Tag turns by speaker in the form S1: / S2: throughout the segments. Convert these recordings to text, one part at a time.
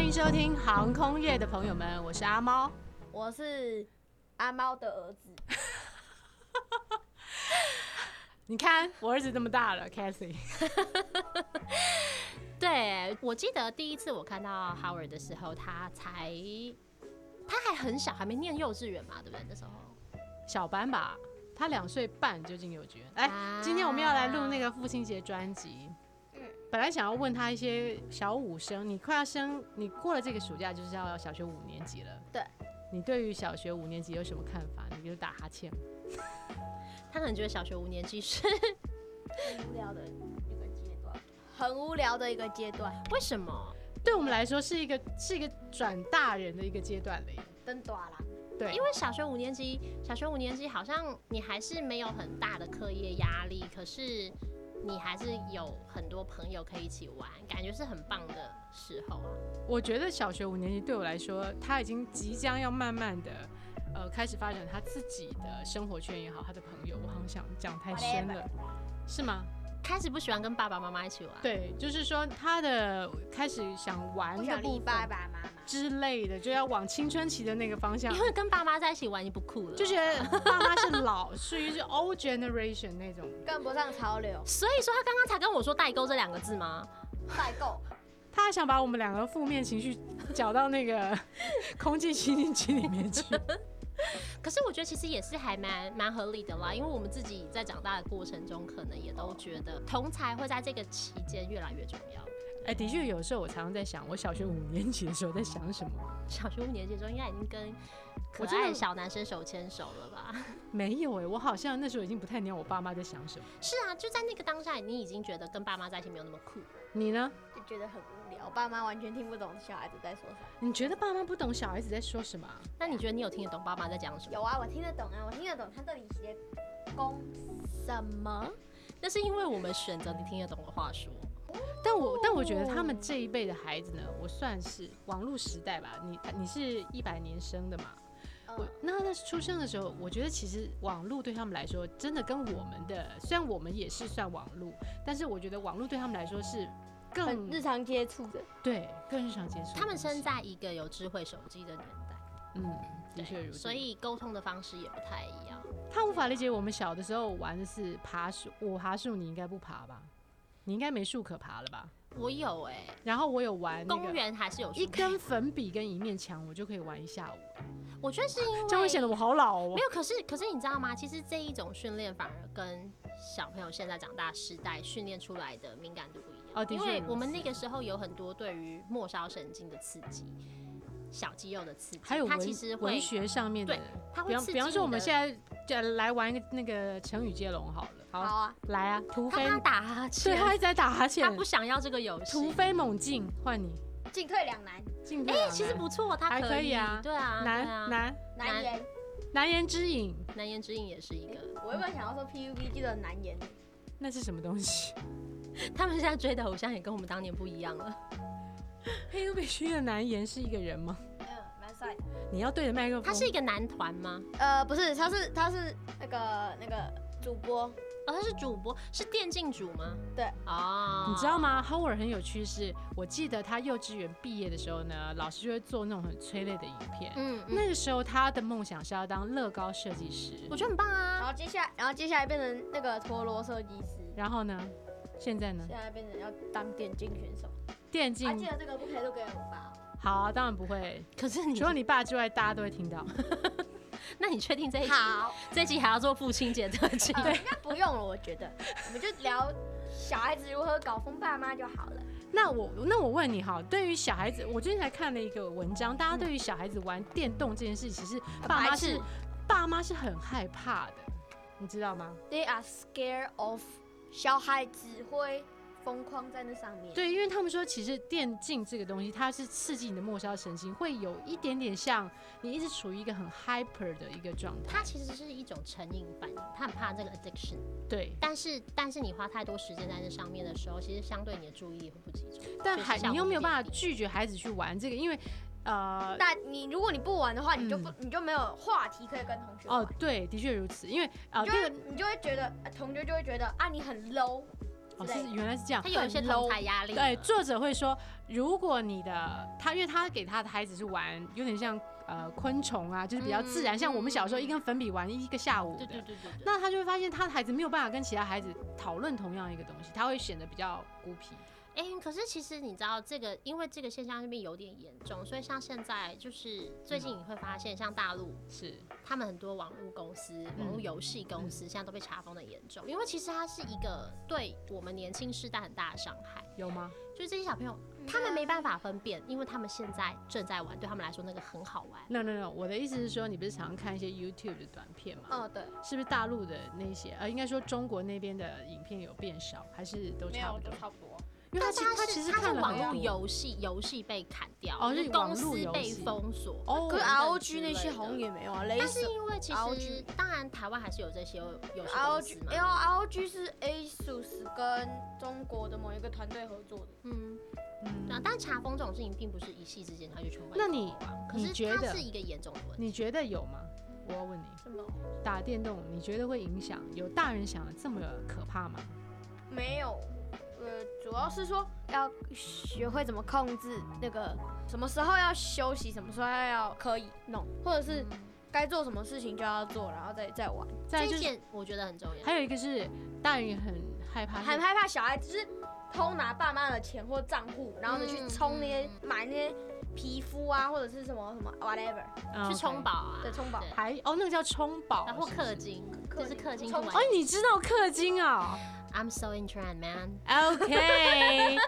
S1: 迎收听航空业的朋友们，我是阿猫。
S2: 我是阿猫的儿子，
S1: 你看我儿子这么大了 c a t h y
S3: 对，我记得第一次我看到 Howard 的时候，他才他还很小，还没念幼稚园嘛，对不对？那时候
S1: 小班吧，他两岁半就进幼稚园。哎、
S3: 啊
S1: 今天我们要来录那个父亲节专辑
S2: 嗯。
S1: 本来想要问他一些小五生，你快要升，你过了这个暑假就是要小学五年级了。
S2: 对，
S1: 你对于小学五年级有什么看法？你就打哈欠。
S3: 他可能觉得小学五年级是
S2: 很无聊的一个阶段，很无聊的一个阶段，
S3: 为什么？
S1: 对我们来说是一个是一个转大人的一个阶段了耶。
S2: 灯短啦，
S1: 对，
S3: 因为小学五年级，小学五年级好像你还是没有很大的课业压力，可是你还是有很多朋友可以一起玩，感觉是很棒的时候啊。
S1: 我觉得小学五年级对我来说，他已经即将要慢慢的，呃，开始发展他自己的生活圈也好，他的朋友，我好像想讲太深了，是吗？
S3: 开始不喜欢跟爸爸妈妈一起玩，
S1: 对，就是说他的开始想玩
S2: 不
S1: 的
S2: 想
S1: 部
S2: 理
S1: 分
S2: 爸爸妈妈，
S1: 之类的，就要往青春期的那个方向
S3: 因，为跟爸妈在一起玩就不酷了，
S1: 啊就觉得爸妈是老，属于是 old generation 那种。
S2: 跟不上潮流，
S3: 所以说他刚刚才跟我说“代沟”这两个字吗？
S2: 代购，
S1: 他还想把我们两个负面情绪搅到那个空气清新机里面去。
S3: 可是我觉得其实也是还蛮蛮合理的啦，因为我们自己在长大的过程中，可能也都觉得同才会在这个期间越来越重要。
S1: 哎，的确，有时候我常常在想，我小学五年级的时候在想什么。
S3: 小学五年级的时候，应该已经跟可
S1: 我真的
S3: 爱的小男生手牵手了吧？
S1: 没有哎、我好像那时候已经不太鸟我爸妈在想什么。
S3: 是啊，就在那个当下，你已经觉得跟爸妈在一起没有那么酷。
S1: 你呢？
S2: 就觉得很无聊，爸妈完全听不懂小孩子在说什么。
S1: 你觉得爸妈不懂小孩子在说什么啊、
S3: 那你觉得你有听得懂爸妈在讲什么？
S2: 有啊，我听得懂啊，我听得懂他这里写公什么，
S3: 那是因为我们选择你听得懂的话说。
S1: 但我但我觉得他们这一辈的孩子呢，我算是网络时代吧。你你是一百年生的嘛？我
S2: 嗯，
S1: 那那出生的时候，我觉得其实网络对他们来说，真的跟我们的虽然我们也是算网络，但是我觉得网络对他们来说是
S2: 嗯很
S1: 更
S2: 日常接触的，
S1: 对更日常接触的东西。
S3: 他们生在一个有智慧手机的年代，
S1: 嗯，的确
S3: 对，
S1: 如此。
S3: 所以沟通的方式也不太一样。
S1: 他无法理解我们小的时候玩的是爬树，我爬树，你应该不爬吧？你应该没树可爬了吧？
S3: 我有哎、
S1: 然后我有玩那
S3: 公
S1: 个
S3: 园还是有
S1: 一
S3: 树
S1: 根粉笔跟一面墙，我就可以玩一下午，
S3: 我觉得是因为
S1: 这样会显得我好老哦
S3: 没。有，可是可是你知道吗？其实这一种训练反而跟小朋友现在长大时代训练出来的敏感度不一样。
S1: 哦的
S3: 因
S1: 确
S3: 为
S1: 如
S3: 我们
S1: 此
S3: 那个时候有很多对于末梢神经的刺激、小肌肉的刺激，
S1: 还有
S3: 它
S1: 文
S3: 其实
S1: 文
S3: 会，
S1: 学上面的
S3: 对，它
S1: 比
S3: 会
S1: 方
S3: 刺激
S1: 比方说我们现
S3: 在
S1: 在就来玩一个那个成语接龙好了，
S2: 好
S1: 好
S2: 啊，
S1: 来啊，突
S3: 他
S1: 飞，
S3: 他打哈
S1: 对
S3: 欠，
S1: 他一直在打哈欠
S3: 他，不想要这个游
S1: 突
S3: 戏。
S1: 飞猛进，换你
S2: 进退两难，
S1: 进退
S3: 哎、
S1: 两
S3: 其实
S1: 难
S3: 不错，他
S1: 啊还可以
S3: 以
S1: 啊
S3: 对啊，对
S1: 难
S3: 啊，
S1: 难
S2: 难言，
S1: 难言之隐，
S3: 难言之隐也是一个。
S2: 我原本想要说 PUBG 的难言，
S1: 那是什么东西？
S3: 他们现在追的偶像也跟我们当年不一样 了，
S1: 黑必须的难言是一个人吗？
S2: 嗯，蛮帅的，
S1: 你要对着麦克风，
S3: 他是一个男团吗？
S2: 呃，不是，他是他是那个那个主播，
S3: 哦，他是主播，是电竞主吗？
S2: 对，
S3: 哦，
S1: 你知道吗？Howard 很有趣是，我记得他幼稚园毕业的时候呢，老师就会做那种很催泪的影片。
S3: 嗯？嗯，
S1: 那个时候他的梦想是要当乐高设计师，
S3: 我觉得很棒
S2: 然
S3: 啊。
S2: 后接下来然后接下来变成那个陀螺设计师，
S1: 然后呢，现在呢
S2: 现，在变成要当电竞选手。
S1: 电竞
S2: 啊，记得这个不可以录给我爸哦。
S1: 好、当然不 会，
S3: 可是你
S1: 除了你爸之外，大家都会听到。
S3: 那你确定这一集
S2: 好，
S3: 这一集还要做父亲节特辑？
S2: 呃，应该不用了，我觉得，我们就聊小孩子如何搞疯爸妈就好了。
S1: 那我那我问你哈，对于小孩子，我最近才看了一个文章，大家对于小孩子玩电动这件事，其实爸妈
S2: 白
S1: 是
S2: 痴
S1: 爸妈是很害怕的，你知道吗？
S2: They are scared of 小孩子会疯狂在那上面。，
S1: 对，因为他们说，其实电竞这个东西，它是刺激你的末梢神经，会有一点点像你一直处于一个很 hyper 的一个状态。
S3: 它其实是一种成瘾反应，他很怕这个 addiction，
S1: 对，
S3: 但是但是你花太多时间在这上面的时候，其实相对你的注意力会不集中。
S1: 但
S3: 就是
S1: 还
S3: 像
S1: 你又
S3: 我
S1: 没有
S3: 们
S1: 办
S3: 弟
S1: 法
S3: 弟
S1: 拒绝孩子去玩这个，因为呃。
S2: 但你如果你不玩的话，你就不、你就没有话题可以跟同学玩。
S1: 嗯哦，对，的确如此，因为啊，
S2: 你
S1: 这
S2: 就会
S1: 个
S2: 你就会觉得，呃同学就会觉得啊，你很 low，
S1: 哦，
S2: 之
S1: 是
S2: 类的
S1: 原来是这样
S3: 他。有一些同台压力，
S1: 对，作者会说，如果你的他，因为他给他的孩子是玩，有点像呃昆虫啊，就是比较自然，
S3: 嗯
S1: 像我们小时候
S3: 嗯
S1: 一根粉笔玩一个下午
S3: 对对
S1: 的。
S3: 对对对，
S1: 那他就会发现他的孩子没有办法跟其他孩子讨论同样一个东西，他会显得比较孤僻。
S3: 哎、可是其实你知道这个，因为这个现象是不是有点严重？所以像现在就是最近你会发现，像大陆
S1: 是，
S3: 他们很多网络公司、
S1: 嗯
S3: 网络游戏公司现在都被查封的严重，因为其实它是一个对我们年轻世代很大的伤害。
S1: 有吗？
S3: 就是这些小朋友，
S1: 嗯
S3: 他们没办法分辨，因为他们现在正在玩，对他们来说那个很好玩。
S1: No No No，我的意思是说，你不是常看一些 YouTube 的短片吗？
S2: 哦，对，
S1: 是不是大陆的那些，呃，应该说中国那边的影片有变少，还是都
S4: 没
S1: 差
S4: 有
S1: 不
S4: 就
S1: 多？
S4: 差不多。
S1: 因为他
S3: 但
S1: 其
S3: 是
S1: 实他
S3: 是
S1: 其实
S3: 它
S1: 看
S3: 是
S1: 了
S3: 网
S1: 很
S3: 络
S1: 多
S3: 游戏，游戏被砍掉，
S1: 哦
S3: 就是
S1: 网
S3: 公
S1: 络
S3: 司
S1: 游
S3: 被
S1: 戏
S3: 封锁。
S2: 可是
S1: 哦，
S3: 等
S2: R O
S3: 之
S2: G 那
S3: 类
S2: 些
S3: 的
S2: 好像也没有啊，雷
S3: 但是
S2: 神
S3: 因为其
S2: ROG
S3: 实，当然台湾还是有这些游戏
S2: R O
S3: 公
S2: G
S3: 司嘛，
S2: L R O G 是 ASUS 跟中国的某一个团队合作的，
S3: 嗯，
S1: 嗯
S3: 对啊。但查封这种事情并不是一夕之间它就全部被
S1: 那你
S3: 封完可
S1: 你
S3: 是
S1: 觉
S3: 它
S1: 得
S3: 是一个严重的问题。
S1: 你觉得有吗？我要问你，
S2: 什么？
S1: 打电动你觉得会影响？有大人想的这么可怕吗？
S2: 没有，呃，主要是说要学会怎么控制那个什么时候要休息，什么时候要可以弄，或者是该做什么事情就要做，然后再再玩。
S1: 再
S3: 嗯这
S1: 来就
S3: 一
S1: 是
S3: 点我觉得很重要。
S1: 还有一个是大人也很害怕是，
S2: 很害怕小孩就是偷拿爸妈的钱或账户，然后呢去
S3: 嗯
S2: 充那些
S3: 嗯
S2: 买那些皮肤啊，或者是什么什么 whatever
S1: 嗯
S3: 去
S1: OK
S3: 充，饱啊，
S2: 对充饱
S3: 对
S1: 还哦那个叫充饱，
S3: 然后
S1: 是不是
S3: 啊氪金，
S2: 氪
S3: 就是
S2: 金
S3: 氪金去
S2: 充
S3: 玩
S1: 哦，你知道氪金啊、
S3: I'm so in trend man，
S1: OK，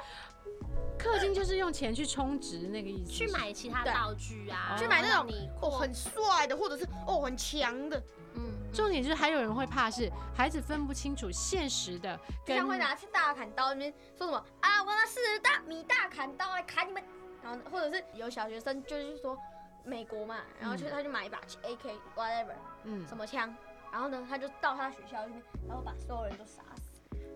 S1: 氪金就是用钱去充值那个意思。
S3: 去买其他
S2: 对
S3: 道具啊，
S1: 去买
S2: 那种
S3: 让你扩
S2: 哦很帅的，或者是哦很强的，
S3: 嗯，
S1: 重点就是还有人会怕是孩子分不清楚现实的
S2: 就
S1: 跟
S2: 像会拿起大砍刀那边说什么啊，我拿四十大米大砍刀来砍你们，然后或者是有小学生就是说美国嘛，然后就
S1: 嗯
S2: 他就买一把 AK whatever
S1: 嗯
S2: 什么枪，然后呢他就到他学校里面，然后把所有人都杀死。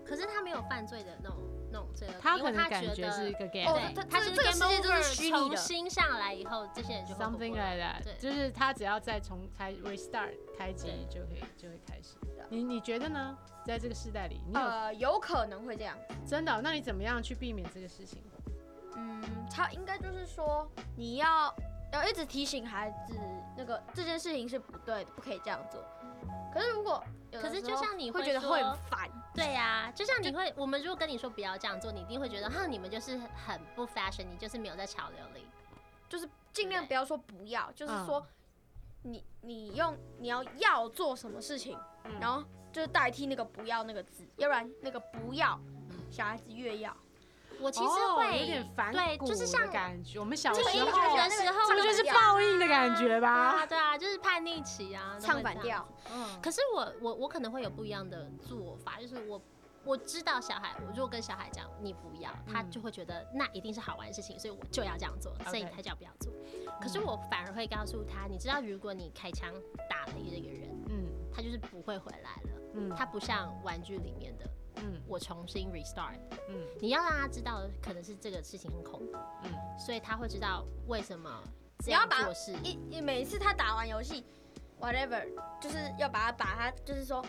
S3: 可是他没有犯罪的那种那种罪恶感，
S1: 他
S3: 因
S1: 可
S3: 为
S1: 能
S3: 他
S1: 感
S3: 觉
S1: 觉
S3: 得
S1: 是一个 game，、
S2: 哦
S3: 对，
S2: 他
S3: 他
S2: 这
S3: 就是
S2: 这个
S3: game
S2: 世界就是
S3: over，
S2: 虚拟
S3: 重
S2: 的
S3: 新上来以后，这些人就会活过
S1: something
S3: 来
S1: like that，
S3: 对
S1: 就是他只要再重开 restart 开机就可以就会开始。
S3: 啊
S1: 你你觉得呢？在这个时代里，你有、
S2: 呃，有可能会这样。
S1: 真的哦、那你怎么样去避免这个事情？
S2: 嗯，他应该就是说你要要一直提醒孩子，那个这件事情是不对的，不可以这样做。可是如果有的
S3: 可是
S2: 时
S3: 就
S2: 候
S3: 像你
S2: 会
S3: 会
S2: 觉得
S3: 说
S2: 会很烦，
S3: 对呀、就像你会，我们如果跟你说不要这样做，你一定会觉得哈，你们就是很不 fashion，你就是没有在潮流里。
S2: 就是尽量
S3: 对
S2: 不要说不要，就是
S1: 嗯
S2: 说你你用你要要做什么事情，
S1: 嗯
S2: 然后就是代替那个不要那个字，要不然那个不要小孩子越要。
S3: 我其实
S1: 哦
S3: 会、
S1: 有点反
S3: 对，
S1: 骨
S3: 就是像
S1: 的感觉，我们小时
S3: 就
S1: 候
S3: 是
S2: 一
S3: 一
S2: 直
S3: 个
S2: 觉得
S3: 人的
S2: 那个
S3: 时候，
S1: 这不就是
S2: 唱反调
S1: 报应的感觉
S3: 对
S1: 吧？
S3: 啊，对啊，就是叛逆期啊，
S2: 唱反
S3: 都会
S2: 调。
S3: 这样。可是我我我可能会有不一样的做法，就是我。我知道小孩，我如果跟小孩讲你不要，他
S1: 嗯
S3: 就会觉得那一定是好玩的事情，所以我就要这样做，所以
S1: OK
S3: 他叫不要做。
S2: 嗯
S3: 可是我反而会告诉他，你知道，如果你开枪打了一个人，
S1: 嗯
S3: 他就是不会回来了。
S1: 嗯
S3: 它不像玩具里面的，
S1: 嗯
S3: 我重新 restart。
S1: 嗯
S3: 你要让他知道，可能是这个事情很恐怖，
S1: 嗯，
S3: 所以他会知道为什么这
S2: 你要
S3: 样
S2: 把
S3: 做事。
S2: 一一每次他打完游戏，whatever，就是要把他把他就是说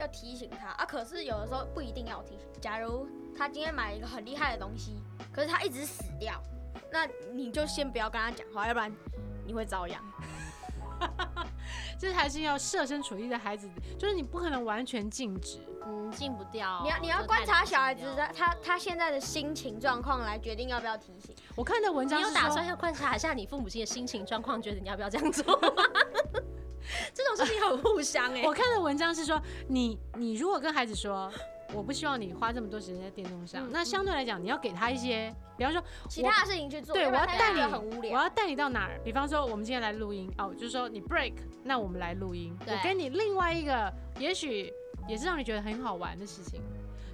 S2: 要提醒他啊。可是有的时候不一定要提醒。假如他今天买了一个很厉害的东西，可是他一直死掉，那你就先不要跟他讲话，要不然你会遭殃。
S1: 这还是要设身处地的孩子，就是你不可能完全禁止。
S3: 嗯，进不掉。
S2: 你要你要
S3: 就
S2: 观
S3: 太
S2: 察
S3: 难
S2: 小孩
S3: 进
S2: 子
S3: 不
S2: 他
S3: 了
S2: 他他现在的心情状况来决定要不要提醒。
S1: 我看的文章
S3: 你有
S1: 是
S3: 打
S1: 说
S3: 算要观察一下你父母亲的心情状况，觉得你要不要这样做吗？这种事情很互相 哎、
S1: 我看的文章是说，你你如果跟孩子说，我不希望你花这么多时间在电动上，
S3: 嗯
S1: 那相对来讲，你要给他一些，比方说，
S2: 其他的事情去做，
S1: 对
S2: 要不
S1: 我要
S2: 然他就
S1: 带
S2: 觉得
S1: 你
S2: 很无
S1: 我
S2: 聊。
S1: 要带你到哪儿？比方说，我们今天来录音哦，就是说你 break，那我们来录音，
S3: 对
S1: 我给你另外一个，也许也是让你觉得很好玩的事情。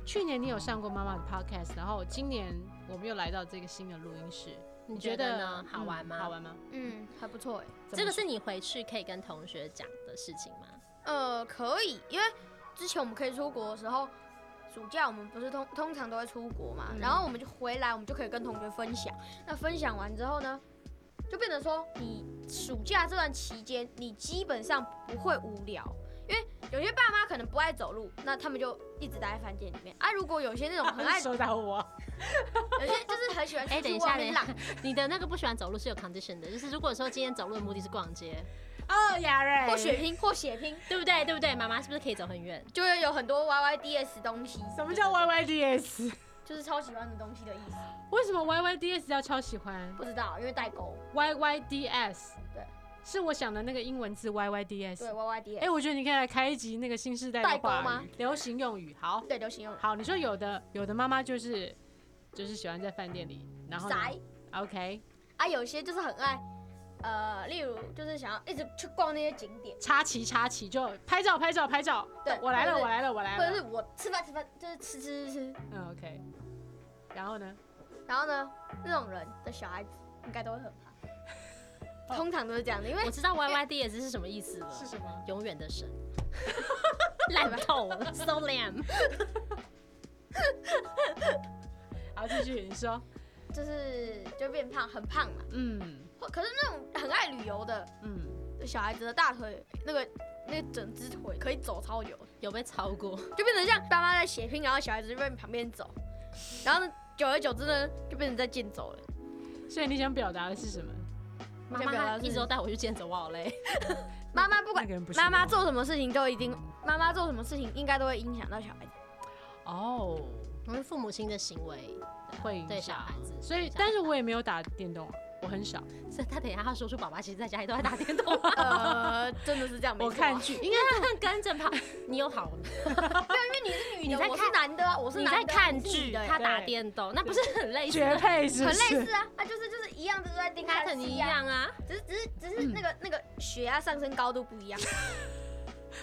S1: 去年你有上过妈妈的 podcast，然后今年我们又来到这个新的录音室，
S3: 你
S1: 你
S3: 觉
S1: 觉
S3: 得
S1: 得
S3: 呢？好
S1: 嗯
S3: 玩吗？
S1: 好。玩吗？
S2: 嗯，还不错哎。
S1: 怎
S3: 这
S1: 么
S3: 个是你回去可以跟同学讲的事情吗？
S2: 呃，可以，因为之前我们可以出国的时候，暑假我们不是通通常都会出国嘛，
S1: 嗯
S2: 然后我们就回来，我们就可以跟同学分享。那分享完之后呢，就变成说，你暑假这段期间，你基本上不会无聊，因为有些爸妈可能不爱走路，那他们就一直待在饭店里面啊。如果有些那种很 爱，
S1: 收到我，
S2: 有些就是很喜欢
S3: 哎
S2: 出
S3: 等一
S2: 去
S3: 下
S2: 外面浪
S3: 等， 你的那个不喜欢走路是有 condition 的，就是如果说今天走路的目的是逛街，
S1: 哦，雅瑞
S2: 或血拼或血拼，
S3: 对不对？对不对？妈妈是不是可以走很远？
S2: 就会有很多 YYDS 东西。
S1: 什么叫 YYDS？
S2: 就是超喜欢的东西的意思？
S1: 为什么 YYDS 要超喜欢
S2: 不知道，因为代沟。
S1: ？YYDS
S2: 对，
S1: 是我想的那个英文字 YYDS
S2: 对。，YYDS。
S1: 哎、我觉得你可以来开一集那个新时代
S2: 代
S1: 的
S2: 沟
S1: 话
S2: 吗
S1: 语、流行用语。好，
S2: 对，流行用语。
S1: 好，你说有的有的妈妈就是就是喜欢在饭店里，然后呢
S2: 宅
S1: OK
S2: 啊，有些就是很爱，呃，例如就是想要一直去逛那些景点，
S1: 插旗插旗就拍照拍照拍照，
S2: 对
S1: 我来了
S2: 或者是
S1: 我来了我来
S2: 或者
S1: 了，
S2: 是我吃饭吃饭就是吃吃吃吃。
S1: 嗯 OK，然后呢？
S2: 然后呢，那种人的小孩子应该都会很 怕，通常都是这样的，因为
S3: 我知道 YYDS 是什么意思了，
S1: 什么？
S3: 永远的神，烂透了，so lame。
S1: 好，继续你说，
S2: 就是就变胖，很胖嘛。
S1: 嗯
S2: 或可是那种很爱旅游的
S1: 嗯，
S2: 小孩子的大腿，那个那个整只腿可以走超久，
S3: 有被超过，
S2: 就变成像爸妈在血拼，然后小孩子就在旁边走，然后呢，久而久之呢，就变成在健走了。
S1: 所以你想表达的是什么？
S3: 妈
S2: 先不要
S3: 妈
S2: 了
S3: 一直都带我去健走，我好累。
S2: 妈妈不
S1: 那
S2: 管
S1: 个人不是哦
S2: 妈妈
S1: 我
S2: 做什么事情都一定，妈妈做什么事情应该都会影响到小孩子。
S1: 哦，
S3: 我们父母亲的行为，
S1: 会影
S3: 对
S1: 响
S3: 小孩子
S1: 所以
S3: 小孩
S1: 但是我也没有打电动啊，我很少，
S3: 是他等一下他说出爸爸其实在家里都在打电动，
S2: 呃，真的是这样，没
S1: 我
S2: 错
S1: 看剧，
S3: 应该跟着跑。你有跑吗？
S2: 啊因为
S3: 你
S2: 你是女
S3: 在
S2: 的，我是
S3: 看
S2: 男的啊，我是
S3: 你
S2: 男的啊，
S3: 在看
S2: 你是
S3: 剧，
S2: 女的欸
S3: 他打
S1: 对
S3: 电动，那不是很累？
S1: 绝配是不
S2: 很
S1: 是？
S2: 类似啊，啊就是就是一样的都在盯
S3: 他
S2: 看
S3: 跟
S2: 戏
S3: 你一
S2: 啊，
S3: 样啊，
S2: 只是只是只
S1: 嗯
S2: 是那个、那个血压上升高度不一样，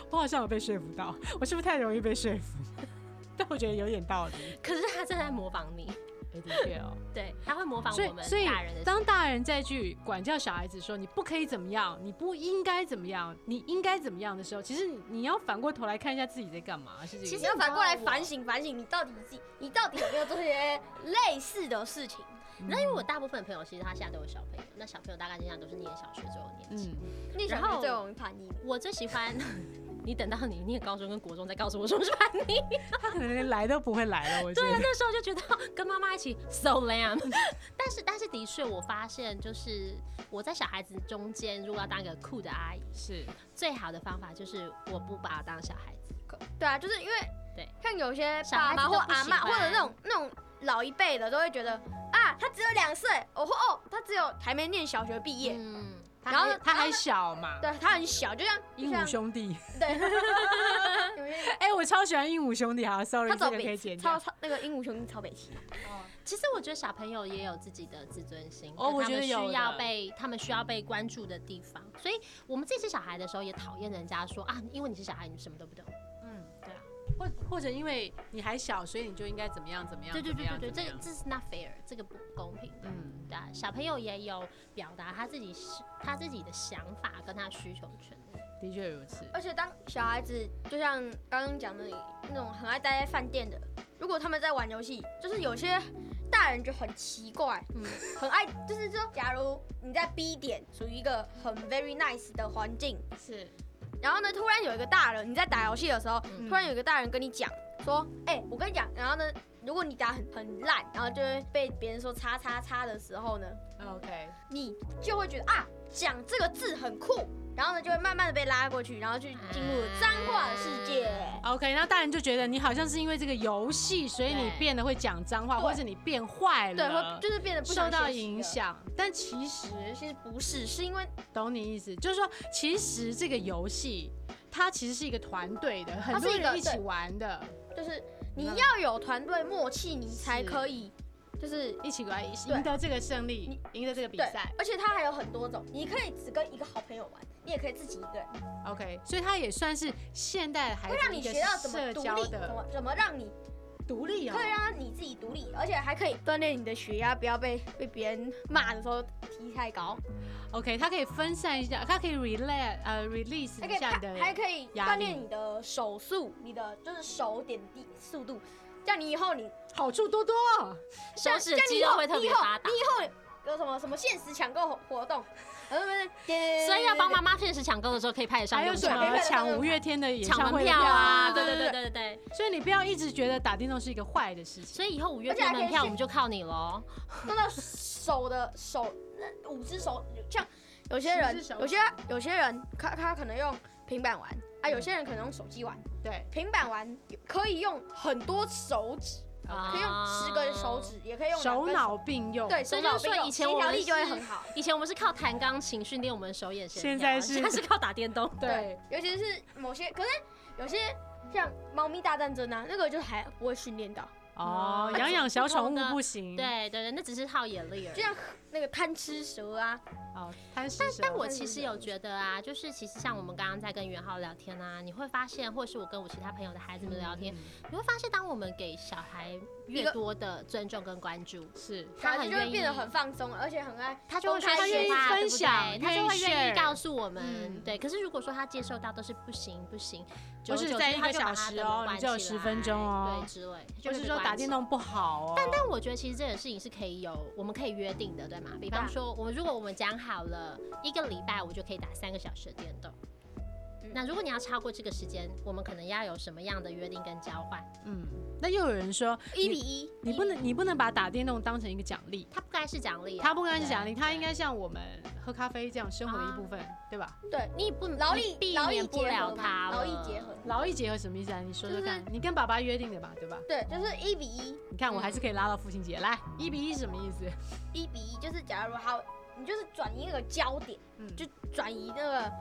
S1: 我好像有被说服到，我是不是太容易被说服？ 但我觉得有点道理。
S3: 可是他正在模仿你，
S1: 哎，的确哦。
S3: 对，他会模仿
S1: 所
S3: 我
S1: 以，
S3: 们
S1: 所以
S3: 大人的行为。
S1: 当大人再去管教小孩子说你不可以怎么样，你不应该怎么样，你应该怎么样的时候，其实你你要反过头来看一下自己在干嘛，是这个意思。
S2: 你要反过来反
S1: 省。
S2: 省反省，你到底自己你到底有没有做这些类似的事情？
S3: 那因为我大部分朋友其实他现在都有小朋友，那小朋友大概现在都是念小学左右年纪。
S1: 嗯，
S2: 你小
S3: 然
S2: 时
S3: 后
S2: 候最容易叛逆，
S3: 我最喜欢， 你等到你念高中跟国中再告诉我什么是叛逆。
S1: 他可能连来都不会来了，我觉
S3: 对，啊
S1: 得。
S3: 那时候就觉得跟妈妈一起 so lame。但 是但是的确，我发现就是我在小孩子中间，如果要当一个酷的阿姨，
S1: 是，
S3: 最好的方法就是我不把他当小孩子。
S2: 可对啊，就是因为
S3: 对
S2: 像有些
S3: 小
S2: 爸
S3: 孩子
S2: 妈
S3: 都
S2: 或
S3: 不
S2: 阿
S3: 喜
S2: 妈或者
S3: 欢
S2: 那种那种老一辈的都会觉得啊，他只有两岁，哦或哦，他只有还没念小学毕业，
S3: 嗯，
S1: 然
S2: 然后
S1: 后
S2: 呢
S1: 他
S2: 然后
S1: 还
S2: 呢
S1: 小嘛，
S2: 对他很小，就像就
S1: 鹦鹉
S2: 像
S1: 兄弟。
S2: 对，有些
S1: 哎，我超喜欢鹦鹉兄弟，好，sorry，
S2: 他
S1: 这
S2: 走
S1: 个可以
S2: 北
S1: 剪
S2: 齐，
S1: 掉
S2: 超。超那个鹦鹉兄弟超北齐，
S3: 其实我觉得小朋友也有自己的自尊心，
S1: 哦
S3: 跟
S1: 我
S3: 他
S1: 觉
S3: 们
S1: 得有
S3: 需要
S1: 的
S3: 被他们需要被关注的地方。所以我们自己是小孩的时候，也讨厌人家说啊，因为你是小孩，你什么都不懂。
S1: 嗯，
S3: 对啊，
S1: 或或者因为你还小，所以你就应该怎么样怎么样。
S3: 对对
S1: 怎么
S3: 对
S1: 样
S3: 对
S1: 怎
S3: 对，
S1: 么
S3: 这
S1: 样
S3: 这是 not fair，这个不公平的。
S1: 嗯。
S3: 对啊，小朋友也有表达他自己是他自己的想法跟他需求权的。
S1: 的确如此。
S2: 而且当小孩子就像刚刚讲的那种很爱待在饭店的，如果他们在玩游戏，就是有些大人就很奇怪，
S3: 嗯，
S2: 很爱，就是说，假如你在 B 点属于一个很 very nice 的环境，
S1: 是，
S2: 然后呢，突然有一个大人你在打游戏的时候，
S3: 嗯
S2: 突然有一个大人跟你讲说，哎、我跟你讲，然后呢，如果你打很很烂，然后就会被别人说叉叉叉的时候呢，
S1: OK，
S2: 你就会觉得啊，讲这个字很酷，然后呢就会慢慢的被拉过去，然后去进入脏话的世界。
S1: OK，那大人就觉得你好像是因为这个游戏，所以你
S3: 对
S1: 变得会讲脏话，
S2: 对
S1: 或者你变坏
S2: 对，
S1: 了，
S2: 会就是变得不
S1: 嗯受
S2: 想
S1: 到
S2: 学习了
S1: 影。响。但其实
S2: 其实不是，是因为
S1: 懂你意思，就是说，其实这个游戏它其实是一个团队的，很多
S2: 是一个
S1: 人一起
S2: 对
S1: 玩的，
S2: 就是你要有团队默契，你才
S1: 是
S2: 可以，就是
S1: 一起来
S2: 对
S1: 赢得这个胜利，赢得这个比
S2: 对
S1: 赛。
S2: 而且它还有很多种，你可以只跟一个好朋友玩，你也可以自己一个人，
S1: OK，所以它也算是现代孩
S2: 会让
S1: 子
S2: 你
S1: 一个
S2: 学到怎么
S1: 社
S2: 独
S1: 交
S2: 立，怎
S1: 的
S2: 么怎么让你
S1: 独立哦
S2: 可。以让你自己独立，而且还可以锻炼你的血压，不要被被别人骂的时候提太高，
S1: OK，它可以分散一下，它可以 relax 呃 release
S2: 还可
S1: 一
S2: 以
S1: 下你
S2: 看
S1: 的
S2: 还可以
S1: 压
S2: 锻
S1: 力
S2: 炼你的手速，你的就是手点地速度，这样你以后你
S1: 好处多多哦。
S3: 手指
S2: 这样
S3: 肌
S2: 你以
S3: 肉
S2: 后
S3: 会特别发达
S2: 你以后你以后有什么什么限时抢购活动，呃不 是，对
S3: 所以要帮妈妈确实抢购的时候可以派得上
S1: 还有
S3: 用
S1: 什
S3: 场，
S1: 么抢五月天的演
S3: 抢
S1: 唱
S3: 门
S1: 会
S3: 票啊，
S2: 对
S3: 对
S2: 对
S3: 对
S2: 对
S3: 对对对对。
S1: 所以你不要一直觉得打电动是一个坏的事情。
S3: 所以以后五月
S2: 而且还
S3: 天
S2: 可以
S3: 门票
S2: 去
S3: 我们就靠你喽。
S2: 弄到手的手那五只手，像有些
S1: 十
S2: 人
S1: 只手
S2: 有些有些人他他可能用平板玩啊，有些人可能用手机玩，
S1: 对，
S2: 平板玩可以用很多手指，
S3: 啊
S2: 可以用十个手指，也可以用两
S1: 手
S2: 个
S1: 脑并用。
S2: 对，
S3: 所
S2: 手
S3: 以就
S2: 脑
S3: 是
S2: 并
S3: 说
S2: 用，
S3: 以前
S2: 协
S3: 我
S2: 调
S3: 们
S2: 力就会
S3: 是
S2: 很好。
S3: 以前我们是靠弹钢琴训练我们手眼协调，
S1: 现在是
S3: 现在是靠打电动。
S1: 对，
S2: 尤其是某些，可是有些像猫咪大战争啊，那个就还不会训练到，
S1: 哦，
S3: 嗯
S1: 养养小宠
S3: 不同
S1: 物
S3: 的
S1: 不行。，
S3: 对对对，那只是靠眼力而已
S2: 就。像那个贪吃蛇啊，
S1: 哦，贪食
S3: 但
S1: 蛇。
S3: 但我
S2: 但是
S3: 其实
S2: 人
S3: 有觉得啊，就是其实像我们刚刚在跟元浩聊天啊，你会发现，或是我跟我其他朋友的孩子们聊天，
S1: 嗯
S3: 你会发现，当我们给小孩
S2: 一
S3: 越
S2: 个
S3: 多的尊重跟关注，
S1: 是啊
S3: 他很
S2: 就会
S3: 愿意
S2: 变得很放松，而且很爱
S3: 他就会
S2: 公开
S3: 学
S2: 宣
S3: 习他
S1: 分
S3: 对不对
S1: 享
S3: 他
S1: 愿
S3: 就
S1: 意
S3: 会愿
S1: share
S3: 意告诉我们、
S1: 嗯
S3: 对。可是如果说他接受到都是不行不行，久
S1: 或
S3: 而
S1: 是
S3: 久
S1: 在
S3: 之
S1: 一
S3: 他
S1: 个
S3: 就
S1: 小
S3: 把他
S1: 时
S3: 的
S1: 哦
S3: 门关
S1: 你只有
S3: 起
S1: 10分
S3: 来
S1: 钟哦
S3: 对之类，
S1: 就
S3: 会
S1: 是
S3: 被
S1: 说
S3: 关
S1: 打
S3: 起
S1: 电
S3: 来
S1: 动不好哦。
S3: 但但我觉得其实这个事情是可以有，我们可以约定的，对吗？比方
S2: 对啊
S3: 说，我们如果我们讲好了一个礼拜，我就可以打三个小时的电动
S2: 嗯。
S3: 那如果你要超过这个时间，我们可能要有什么样的约定跟交换？
S1: 嗯，那又有人说
S2: 一比一，
S1: 你不能你不能把打电动当成一个奖励，
S3: 它不该是奖励、啊，
S1: 它不该是
S3: 对
S1: 奖励，它应
S3: 对啊
S1: 该像我们喝咖啡这样生活的一部分，对吧？
S2: 对，
S3: 你不能
S2: 劳力
S3: 避
S2: 劳力
S3: 免不
S2: 结
S3: 了
S2: 合嘛，
S3: 它
S2: 劳
S3: 了，
S2: 逸结合，
S1: 劳逸结合什么意思啊？你说说
S2: 就是
S1: 看，你跟爸爸约定的吧，对吧？
S2: 对，就是一比一，
S1: 你看我
S3: 嗯
S1: 还是可以拉到父亲节来，一比一什么意思？
S2: 一比一就是假如好，你就是转移那个焦点，
S1: 嗯，
S2: 就转移那个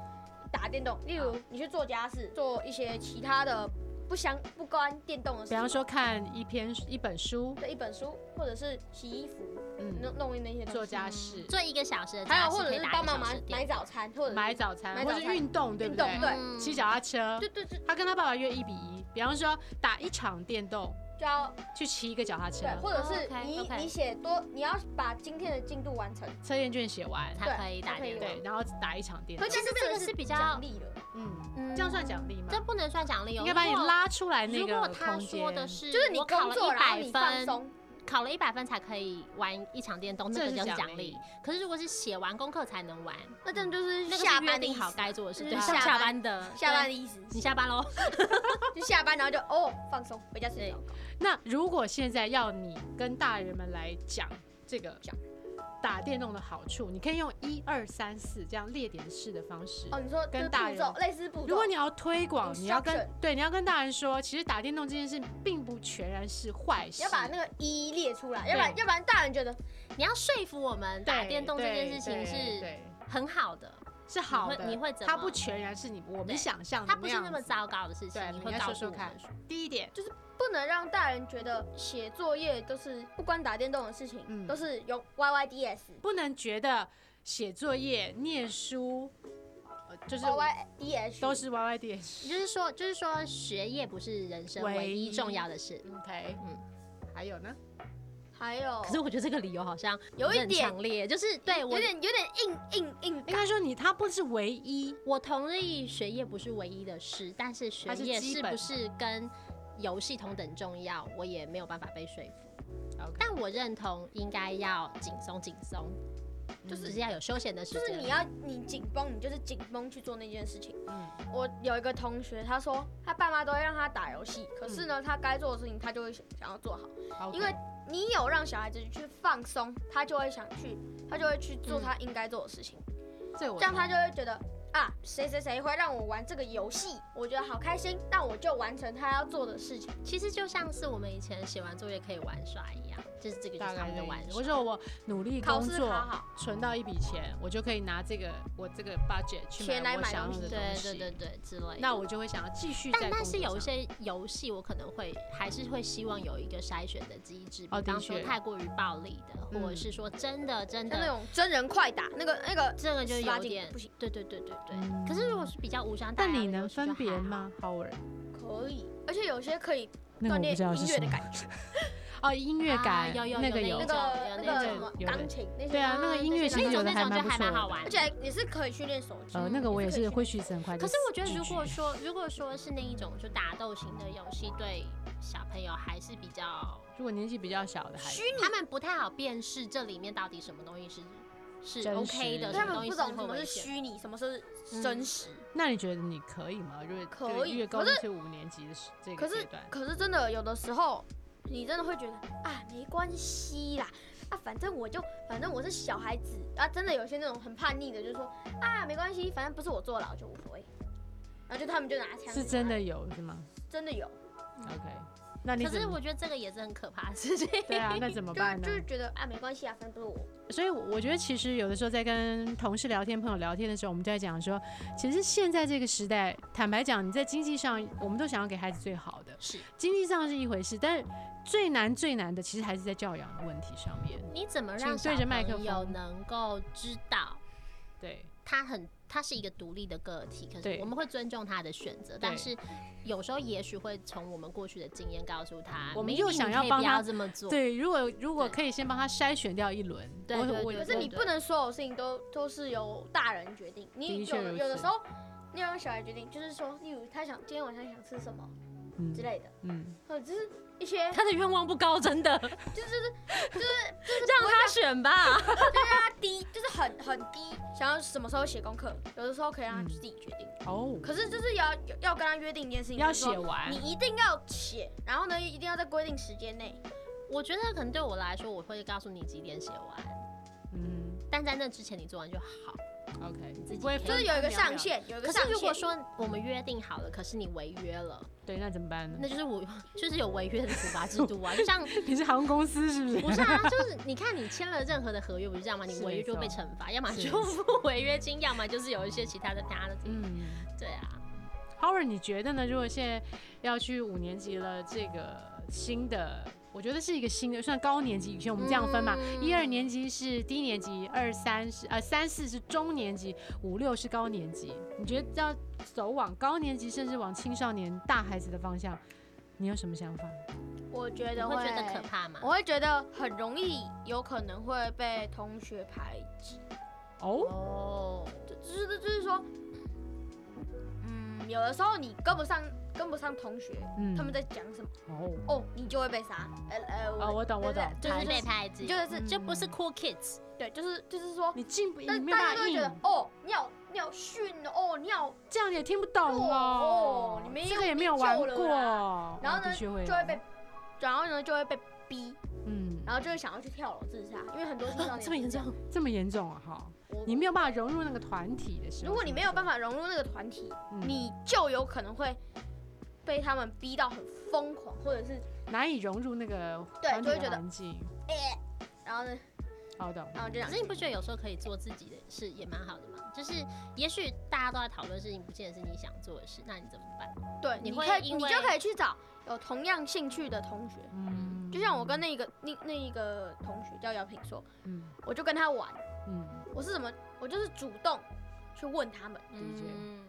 S2: 打电动，例如你去做家事，做一些其他的不相不关电动的
S1: 比
S2: 事情，
S1: 方说看一篇一本书，
S2: 对一本书，或者是洗衣服，
S1: 嗯，
S2: 弄弄一那些东西
S1: 做家事，
S3: 做一个小时的
S2: 还
S3: 家
S2: 有
S3: 事
S2: 或
S3: 可
S2: 者
S3: 以
S2: 是
S3: 打一
S2: 帮
S3: 个
S2: 忙
S3: 小
S2: 买
S3: 时的
S2: 买
S3: 电
S2: 早餐，或者是
S1: 买早餐
S2: 买
S1: 或
S2: 早
S1: 是
S2: 餐
S1: 运动，对不
S2: 运动
S1: 对？
S2: 对
S3: 嗯
S1: 骑脚踏车，
S2: 对对对，
S1: 他跟他爸爸约一比一，比方说打一场电动
S2: 就要
S1: 去骑一个脚踏车
S2: 对，，或者是
S3: OK，
S2: 你
S3: OK
S2: 你写多，你要把今天的进度完成，
S1: 测验卷写完，
S3: 才
S2: 对
S3: 可以
S2: 才
S3: 打
S2: 可以
S3: 电
S2: 玩
S3: 动。
S1: 对，然后打一场电
S2: 所
S1: 动
S2: 以，这就变
S3: 这个
S2: 成是
S3: 是比较
S2: 奖励了，
S1: 嗯，
S3: 嗯
S1: 这样算奖励吗
S3: 这？不能算奖励哦，
S1: 应该把你
S3: 如果。
S1: 拉出来那
S3: 如
S1: 个
S3: 果
S1: 空间。
S3: 他说的是，
S2: 就是
S3: 嗯
S2: 你
S3: 我考
S2: 工
S3: 了
S2: 作
S3: 一
S2: 然后
S3: 百
S2: 你放
S3: 分，
S2: 松，
S3: 考了一百分才可以玩一场电动，那
S1: 这
S3: 个
S1: 是
S3: 就是
S1: 奖
S3: 奖
S1: 励
S3: 励。可是如果是写完功课才能玩，嗯
S2: 那真的就是
S3: 那个
S2: 下
S3: 是约
S2: 班的
S3: 定
S2: 意
S3: 好
S2: 思，
S3: 该做的事，
S2: 就
S3: 对，
S1: 是
S3: 下
S2: 下班
S3: 班的，
S2: 下班的
S3: 对
S2: 意思，
S3: 你下班喽。
S2: 就下班然后就哦放松，回家睡觉。
S1: 那如果现在要你跟大人们来讲这个
S2: 讲
S1: 打电动的好处，你可以用一二三四这样列点式的方式。
S2: 哦，你说
S1: 跟
S2: 就是
S1: 大
S2: 步骤
S1: 人
S2: 类似步骤，
S1: 如果你要推广，
S2: Instruction
S1: 你要跟对你要跟大人说，其实打电动这件事并不全然是坏事。
S2: 要把那个一列出来，要不然要不然大人觉得
S3: 你要说服我们打
S1: 对
S3: 电动这件事
S1: 对
S3: 情
S1: 对
S3: 是
S1: 对
S3: 很好的，
S1: 是好的，
S3: 你会怎么
S1: 它不全然是你我们
S3: 对
S1: 想象的
S3: 它不是
S1: 样
S3: 那么
S1: 子
S3: 糟糕的事情
S1: 对，，
S3: 你
S1: 你
S3: 会
S1: 应该
S3: 告
S1: 说
S3: 诉
S1: 说
S3: 我
S1: 看
S3: 们。。
S1: 第一点，
S2: 不能让大人觉得写作业都是不关打电动的事情，
S1: 嗯
S2: 都是有 Y Y D S
S1: 不能觉得写作业、念书，呃就是
S2: Y Y D H
S1: 都是 Y Y D S。
S3: 就是说，就是说，学业不是人生
S1: 唯
S3: 唯一
S1: 一
S3: 重要的事。
S1: OK，嗯，还有呢？
S2: 还有
S3: 可是我觉得这个理由好像
S2: 有一
S3: 很
S2: 点
S3: 强烈，就是对
S2: 有
S3: 我
S2: 点有点硬硬硬
S1: 应该说你它不是唯一，
S3: 我同意学业不是唯一的事，但是学
S1: 它是
S3: 业
S1: 基
S3: 是
S1: 本
S3: 不是跟游戏同等重要，我也没有办法被说服。
S1: OK
S3: 但我认同应该要紧松紧松，就
S1: 就是是
S3: 只是要有休闲的时
S2: 就是
S3: 间。
S2: 你要你紧绷，你就是紧绷去做那件事情。
S1: 嗯
S2: 我有一个同学，他说他爸妈都会让他打游戏，可是呢，他该做的事情他就会想想要做好，
S1: OK
S2: 因为你有让小孩子去放松，他就会想去，他就会去做他应该做的事情，
S1: 这我
S2: 这样他就会觉得啊，谁谁谁会让我玩这个游戏，我觉得好开心，那我就完成他要做的事情。
S3: 其实就像是我们以前写完作业可以玩耍一样，就是这个就
S1: 大
S3: 是他
S1: 概
S3: 们的
S1: 的
S3: 玩
S1: 意思。
S3: 耍。
S1: 我说我努力
S2: 考
S1: 工
S2: 试
S1: 作
S2: 考，好，
S1: 存到一笔钱，我就可以拿这个我这个 budget 去
S2: 钱
S1: 买
S2: 来
S1: 我
S2: 买
S1: 想
S2: 东
S1: 要的
S3: 对
S2: 西
S1: 东
S3: 对
S1: 西。
S3: 对对之类的。
S1: 那我就会想要继续在
S3: 但
S1: 工
S3: 但
S1: 作上。
S3: 是有一些游戏，我可能会还是会希望有一个筛选的机制，
S1: 哦
S3: 比方说
S1: 的确
S3: 太过于暴力的，或者
S1: 嗯
S3: 是说真的真
S2: 像那
S3: 的
S2: 种真人快打那个那个，
S3: 这个就
S2: 18
S3: 有
S2: 禁
S3: 点
S2: 不行。
S3: 对对对对对。
S1: 嗯
S3: 可是如果是比较无伤大雅
S1: 但
S3: 的游
S1: 你
S3: 戏就还好，
S1: 能分别吗，Howard？
S2: 可以，而且有些可以
S1: 那个我
S2: 锻炼
S1: 不知道是
S2: 音乐
S1: 什
S2: 的
S1: 么。
S2: 感觉。
S1: 哦，音乐
S3: 啊
S1: 感，
S3: 有有
S1: 那个
S3: 有
S2: 那
S1: 有，
S2: 个那
S3: 有那
S2: 个
S1: 种
S2: 什么
S1: 有的
S2: 钢琴那些，
S1: 对啊，那个音乐
S3: 那
S1: 其实
S3: 种
S1: 有的
S3: 那种就
S1: 蛮不
S3: 还
S1: 错的
S3: 蛮好。玩
S2: 而且还也是可以训练手机。
S1: 呃，那个我也
S2: 可以
S1: 是
S2: 训
S1: 会蓄势很快。
S3: 可是我觉得，如果说如果说是那一种就打斗型的游戏，对小朋友还是比较，
S1: 如果年纪比较小的孩子，
S3: 他们不太好辨识这里面到底什么东西是是
S1: 真
S3: OK 的，
S1: 实
S2: 练，
S1: 的
S3: 什
S2: 他
S3: 么
S2: 们
S3: 东西是
S2: 不懂
S3: 会
S2: 什么
S3: 危
S2: 是
S3: 险。
S2: 虚拟，什么是
S3: 嗯
S2: 真实。
S1: 那你觉得你可以吗？如果
S2: 可
S1: 对
S2: 以
S1: 越
S2: 可
S1: 高
S2: 是
S1: 是五年级的时这
S2: 可
S1: 个
S2: 是
S1: 阶段，
S2: 可是真的有的时候，你真的会觉得啊，没关系啦，啊，反正我就反正我是小孩子啊，真的有些那种很叛逆的，就是说啊，没关系，反正不是我坐牢就无所谓。然后就他们就拿枪，
S1: 是真的，有是吗
S2: 真的有，
S1: ？OK，那你
S3: 可
S1: 怎
S3: 是
S1: 么
S3: 我觉得这个也是很可怕的 事情。
S1: 对啊，那怎么
S2: 就
S1: 办呢
S2: 就？是觉得啊，没关系啊，反正不是我。
S1: 所以我，我觉得其实有的时候在跟同事聊天、朋友聊天的时候，我们就在讲说，其实现在这个时代，坦白讲，你在经济上，我们都想要给孩子最好的，
S3: 是，
S1: 经济上是一回事，但是最难最难的，其实还是在教养的问题上面。
S3: 你怎么
S1: 请
S3: 让小
S1: 对着麦克
S3: 朋友
S1: 风
S3: 能够知道
S1: 对，
S3: 他很他是一个独立的个体，可是
S1: 对
S3: 我们会尊重他的选择，但
S1: 对
S3: 是有时候也许会从我们过去的经验告诉他，
S1: 我们
S3: 没
S1: 又
S3: 有
S1: 想
S3: 你
S1: 要
S3: 可以
S1: 帮
S3: 不
S1: 他
S3: 要这么做，
S1: 对，如果如果
S3: 对
S1: 可以先帮他筛选掉一轮，
S3: 对对
S1: 我我
S3: 对
S2: 可是你
S3: 对
S2: 不能所有事情都都是由大人决定，你
S1: 的确
S2: 有的
S1: 如
S2: 有的
S1: 此
S2: 时候你要让小孩决定，就是说，例如他想今天晚上想吃什么
S1: 嗯
S2: 之类的，
S1: 嗯，
S2: 或者就是一些
S3: 他的愿望不高，真的，就是就是就是 让他选吧。
S2: 低，就是很很低，想要什么时候写功课，有的时候可以让他自己决定。
S1: 哦，
S2: 可是就是要要跟他约定一件事情，
S1: 要
S2: 就是说
S1: 写完
S2: 嗯你，一定要写，然后呢，一定要在规定时间内。
S3: 我觉得可能对我来说，我会告诉你几点写完，
S1: 嗯
S3: 但在那之前你做完就好。
S1: ，OK，
S3: 自己
S1: 不会
S3: 可以
S2: 就是有一个上
S1: 限，
S2: 限，有一
S3: 可
S2: 个上
S3: 是
S2: 限。
S3: 如果说我们约定好了，可是你违约了，
S1: 对，那怎么办呢
S3: 那？就是我 就是有违约的处罚制度 啊，就像
S1: 你是航空公司是不是？
S3: 不是啊，就是你看你签了任何的合约，不是这样吗？你
S1: 是
S3: 违约就会被
S1: 没
S3: 惩
S1: 错
S3: 罚，要么
S1: 是
S3: 就付违约金，要么就是有一些其他的搭的。嗯，
S1: 嗯
S3: 对啊，
S1: ，Howard，你觉得呢？如果现在要去五年级了，这个新的，我觉得是一个新的，算高年级，以前我们这样分嘛。
S3: 嗯
S1: 一二年级是低年级，二三是呃三四是中年级，五六是高年级。你觉得要走往高年级，甚至往青少年大孩子的方向，你有什么想法？
S2: 嗯我觉
S3: 你
S2: 得
S3: 会觉得可怕吗？
S2: 我会觉得很容易有可能会被同学排挤，
S1: 哦，
S3: 哦，
S2: 就就是就是说，嗯，有的时候你跟不上跟不上同学
S1: 嗯
S2: 他们在讲什么，
S1: 哦，
S2: 哦，你就会被杀。呃呃，
S1: 哦，我懂，我懂。
S2: 对
S3: 就是
S2: 对
S3: 被排挤，
S2: 对就是
S3: 就不是
S1: 嗯
S3: cool kids，
S2: 对，就是就是说，
S1: 你进不，你
S2: 但
S1: 没有办
S2: 大家
S1: 法
S2: 都会觉
S1: 硬
S2: 得，哦，你好你好逊哦，你好，
S1: 这样也听不懂
S2: 哦
S1: 哦。
S2: 你没
S1: 这
S2: 有
S1: 个也没有
S2: 必
S1: 玩
S2: 救了
S1: 过哦
S2: 啦，然后
S1: 的
S2: 呢
S1: 确
S2: 就会
S1: 会
S2: 被，然后呢就会被逼，
S1: 嗯，
S2: 然后就会想要去跳楼自杀，因为很多青少年
S3: 啊这么严重。
S1: 这么严重啊哈！
S2: 我
S1: 你没有办法融入那个团体的时候，
S2: 如果你没有办
S1: 法，
S2: 法融入那个团体，
S1: 嗯
S2: 你就有可能会被他们逼到很疯狂，或者是
S1: 难以融入那个
S2: 对
S1: 团
S2: 就会
S1: 体的
S2: 觉得
S1: 环境，
S2: 呃然后呢，
S1: 好懂。
S2: 然后就
S3: 可
S2: 这样
S3: 是。你不觉得有时候可以做自己的事也蛮好的吗？就是也许大家都在讨论事情，不见得是你想做的事，那你怎么办？
S2: 对，
S3: 你
S2: 你
S3: 会
S2: 可以，
S3: 因
S2: 你
S3: 为
S2: 就可以去找有同样兴趣的同学。
S1: 嗯，
S2: 就像我跟那个那那一个同学叫姚品硕，
S1: 嗯
S2: 我就跟他玩，
S1: 嗯
S2: 我是怎么，我就是主动去问他们，
S1: 理解
S3: 嗯，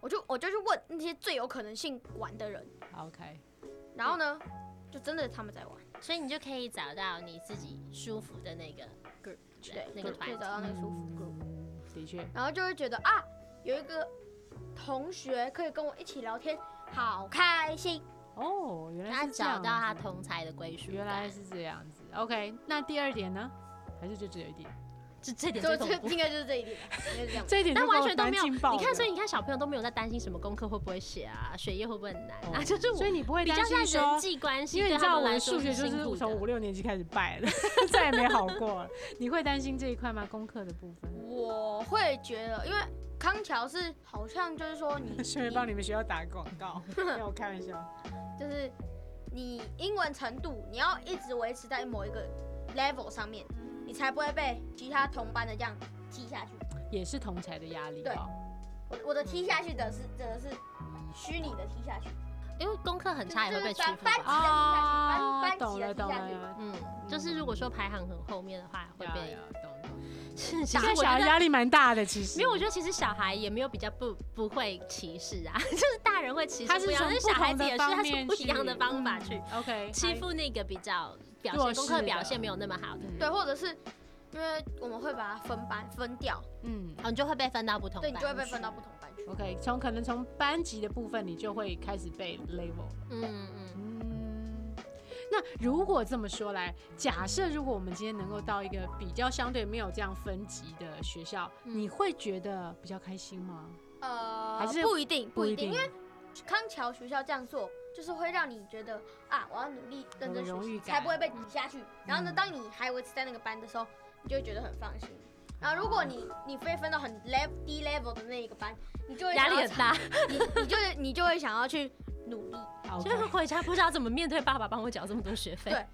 S2: 我就我就去问那些最有可能性玩的人，
S1: ，OK，
S2: 然后呢，就真的他们在玩，
S3: 所以你就可以找到你自己舒服的那个 group，对不对
S2: 对，
S3: 那个团
S2: 就找
S3: 体。
S2: 到那个舒服 group，
S1: 嗯，的确，
S2: 然后就会觉得啊，有一个同学可以跟我一起聊天，好开心。
S1: 哦，原来
S3: 他
S1: 是这
S3: 找
S1: 样
S3: 到
S1: 子，
S3: 他同才的归属
S1: 原来
S3: 感，
S1: 是这样子。OK，那第二点呢？还是就只有一点，
S3: 这这点
S2: 就
S3: 最
S2: 这
S3: 恐怖。
S2: 应该就是这一点吧，应该是这样吧。
S1: 这一点
S3: 但
S1: 就
S3: 完
S1: 够
S3: 全都
S1: 蛮
S3: 没有，
S1: 劲爆
S3: 你看，
S1: 的
S3: 所以你看小朋友都没有在担心什么功课会不会写啊，学业会不会很难
S1: 哦
S3: 啊，就是我
S1: 所以你不会
S3: 比较
S1: 担心
S3: 在人
S1: 说，
S3: 际关系，
S1: 因为
S3: 对
S1: 你知
S3: 他
S1: 道
S3: 们
S1: 我
S3: 来
S1: 的
S3: 说
S1: 数学
S3: 是
S1: 就
S3: 辛苦
S1: 是从
S3: 的
S1: 五六年级开始败了， 再也没好过了。你会担心这一块吗？功课的部分？
S2: 我会觉得，因为康桥是好像就是说你
S1: 顺便帮你们 学校打广 告，没有开玩笑。
S2: 就是你英文程度，你要一直维持在某一个 level 上面，你才不会被其他同班的这样踢下去。
S1: 也是同才的压力
S2: 对
S1: 吧。
S2: 我我的踢下去的是指的是虚拟的踢下去，
S3: 因为功课很差也会被
S2: 就
S3: 屈
S2: 是
S3: 服吧。
S2: 啊
S1: 懂了懂了，
S3: 嗯，就是如果说排行很后面的话，会
S1: 呀
S3: 被
S1: 啊呀懂懂。
S3: 是
S1: 其
S3: 小
S1: 实小孩压力蛮大的，其实
S3: 没有，我觉得其实小孩也没有比较不不会歧视啊， 就是大人会歧视
S1: 他是
S3: 不一样，
S1: 从
S3: 但
S1: 不
S3: 是小孩子
S1: 同的
S3: 也是，
S1: 方
S3: 他是
S1: 面
S3: 不一样的
S1: 去
S3: 方法去
S1: OK
S3: 欺负那个比较表
S1: 弱
S3: 现功课
S1: 势
S3: 表
S1: 的
S3: 现没有那么好
S1: 嗯
S3: 的，
S2: 对，或者是因为我们会把它分班分掉，
S1: 嗯。
S3: 哦，你就会被分到不同
S2: 对
S3: 班
S2: 你
S3: 去，
S2: 就会被分到不同班去。
S1: OK，从可能从班级的部分，你就会开始被 label 了。
S3: 嗯嗯，
S1: 嗯，那如果这么说来，假设如果我们今天能够到一个比较相对没有这样分级的学校，
S3: 嗯
S1: 你会觉得比较开心吗？
S2: 呃
S1: 还是
S2: 不一定，不一定，因
S1: 因
S2: 为
S1: 为
S2: 康桥学校这样做，就是会让你觉得啊，我要努力认
S1: 有
S2: 真学
S1: 荣誉
S2: 习，
S1: 感
S2: 才不会被比下去。然后呢，
S1: 嗯
S2: 当你还维持在那个班的时候，你就会觉得很放心。然后如 果你你非分到很 level 低 level 的那一个班，你就会
S3: 压
S2: 想
S3: 力
S2: 要
S3: 很大，
S2: 你你就会你就会想要去努力。
S3: 所以回家不知道怎么面对爸爸帮我缴这么多学费。
S2: 对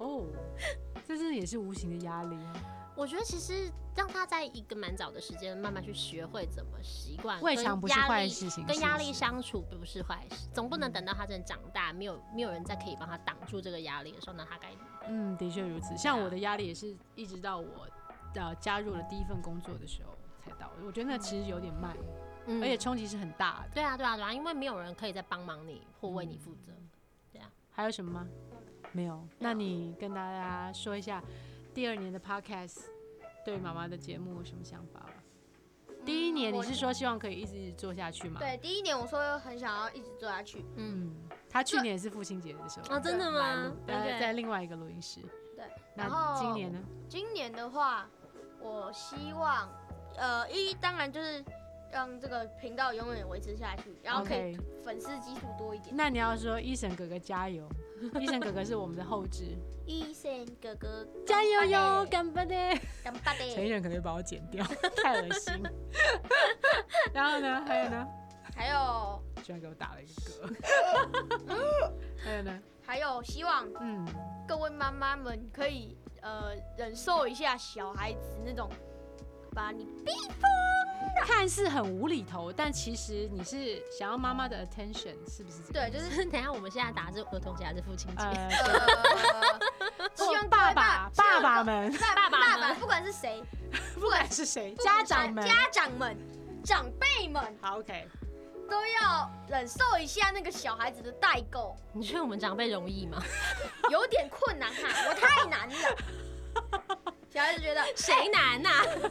S1: 哦，这真的也是无形的压力啊。
S3: 我觉得其实让他在一个蛮早的时间慢慢去学会怎么习惯，
S1: 未
S3: 跟
S1: 尝不是
S3: 压
S1: 坏
S3: 力
S1: 事情，
S3: 嗯跟
S1: 是
S3: 压
S1: 不
S3: 力
S1: 是
S3: 相处不是坏事，总不能等到他真的长大，没有没有人再可以帮他挡住这个压力的时候，那他该
S1: 嗯，的确如此。像
S3: 对啊
S1: 我的压力也是一直到我呃加入了第一份工作的时候才到的，我觉得那其实有点慢，
S3: 嗯
S1: 而且冲击是很大的。
S3: 对啊对啊对啊，因为没有人可以再帮忙你或为
S1: 嗯
S3: 你负责。
S1: 还有什么吗？没有。那你跟大家说一下第二年的 podcast 对妈妈的节目有什么想法吧？第一年
S2: 嗯
S1: 你
S2: 我
S1: 是说希望可以一直做下去吗？，
S2: 对第一年我说很想要一直做下去，
S3: 嗯，
S1: 嗯，他去年也是父亲节的时候
S3: 哦，真的
S1: 来录
S3: 吗？
S1: 呃，
S3: OK
S1: 在另外一个录音室。
S2: 对，
S1: 那
S2: 然后
S1: 今年呢？
S2: 今年的话，我希望，呃，一当然就是让这个频道永远维持下去，然后可
S1: OK，
S2: 以粉丝基数多一点。
S1: 那你要说医生哥哥加 油，医生哥哥是我们的后置，
S2: 医生哥哥，
S1: 加油哟，
S2: 干
S1: 干巴的。
S2: 干巴
S1: 陈艺
S2: 的。
S1: 人可能会把我剪掉， 太恶心。然后呢？还有呢？
S2: 还有
S1: 居然给我打了一个嗝。 还有呢？
S2: 还有，希望
S1: 嗯，
S2: 各位妈妈们可以呃忍受一下小孩子那种把你
S1: 看似很无厘头，但其实你是想要妈妈的 attention，是不是这个？
S2: 对，就是
S3: 等一下我们现在打的是 儿童节还是父亲节？
S1: 呃，
S2: 呃，
S1: 希
S2: 希望
S1: 望
S2: 各
S1: 爸
S2: 位
S1: 爸
S2: 希
S1: 哦爸
S2: 望
S1: 爸们，
S2: 各爸
S3: 爸爸
S2: 爸
S3: 们
S2: 爸不管是谁，
S1: 不管是谁，
S2: 不
S1: 家
S2: 管是
S1: 长们，
S2: 家长们长辈们。
S1: 好 OK，
S2: 都要忍受一下那个小孩子的代沟，
S3: 你觉得我们长辈容易吗？
S2: 有点困难哈、我太难了。 小孩子觉得，
S3: 谁难啊呐？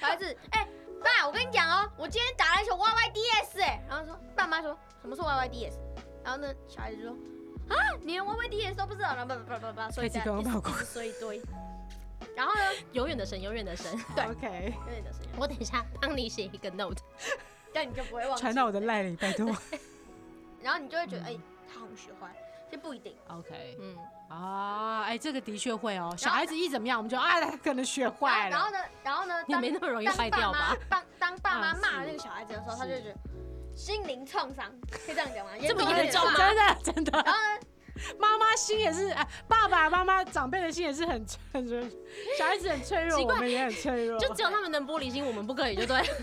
S2: 小孩子，哎、爸，我跟你讲哦，我今天打篮球 Y Y D S 哎、然后说爸妈说什么是 Y Y D S，然后呢，小孩子说啊，你连 Y Y D S 都不知道，然后叭叭叭叭叭说一
S1: 飞机
S2: 堆，
S1: 跟我
S2: 一直
S1: 跑过
S2: 一直说一堆，然后呢，
S3: 永远的神，永远的神。
S2: 对
S1: OK，
S2: 有点的声音，
S3: 我等一下帮你写一个 note。
S2: 但你就不会忘记
S1: 传，到我的赖里，拜 托。
S2: 然后你就会觉得，哎、他好像学坏，这不一定，
S1: OK，
S3: 嗯，
S1: 啊，哎，这个的确会哦，小孩子一怎么样，我们就啊，他可能学坏
S2: 然后
S1: 了。
S2: 呢，然后呢，
S3: 也
S2: 当
S3: 没那么容易
S2: 当
S3: 坏掉
S2: 爸妈
S3: 吧？啊
S2: 当当爸妈
S1: 嗯
S2: 骂
S1: 是
S2: 那个小孩子的时候，他就会
S1: 是
S2: 觉得心灵创伤，可以这样讲吗？
S3: 这么
S2: 严重
S3: 严重
S2: 一点
S3: 吗
S2: 吧
S1: 真的真的。
S2: 然后呢，
S1: 妈妈心也是，哎，爸爸妈妈长辈的心也是很很脆，小孩子很脆弱，
S3: 奇怪
S1: 我们也很脆 弱。
S3: 就只有他们能玻璃心，我们不可以，就对。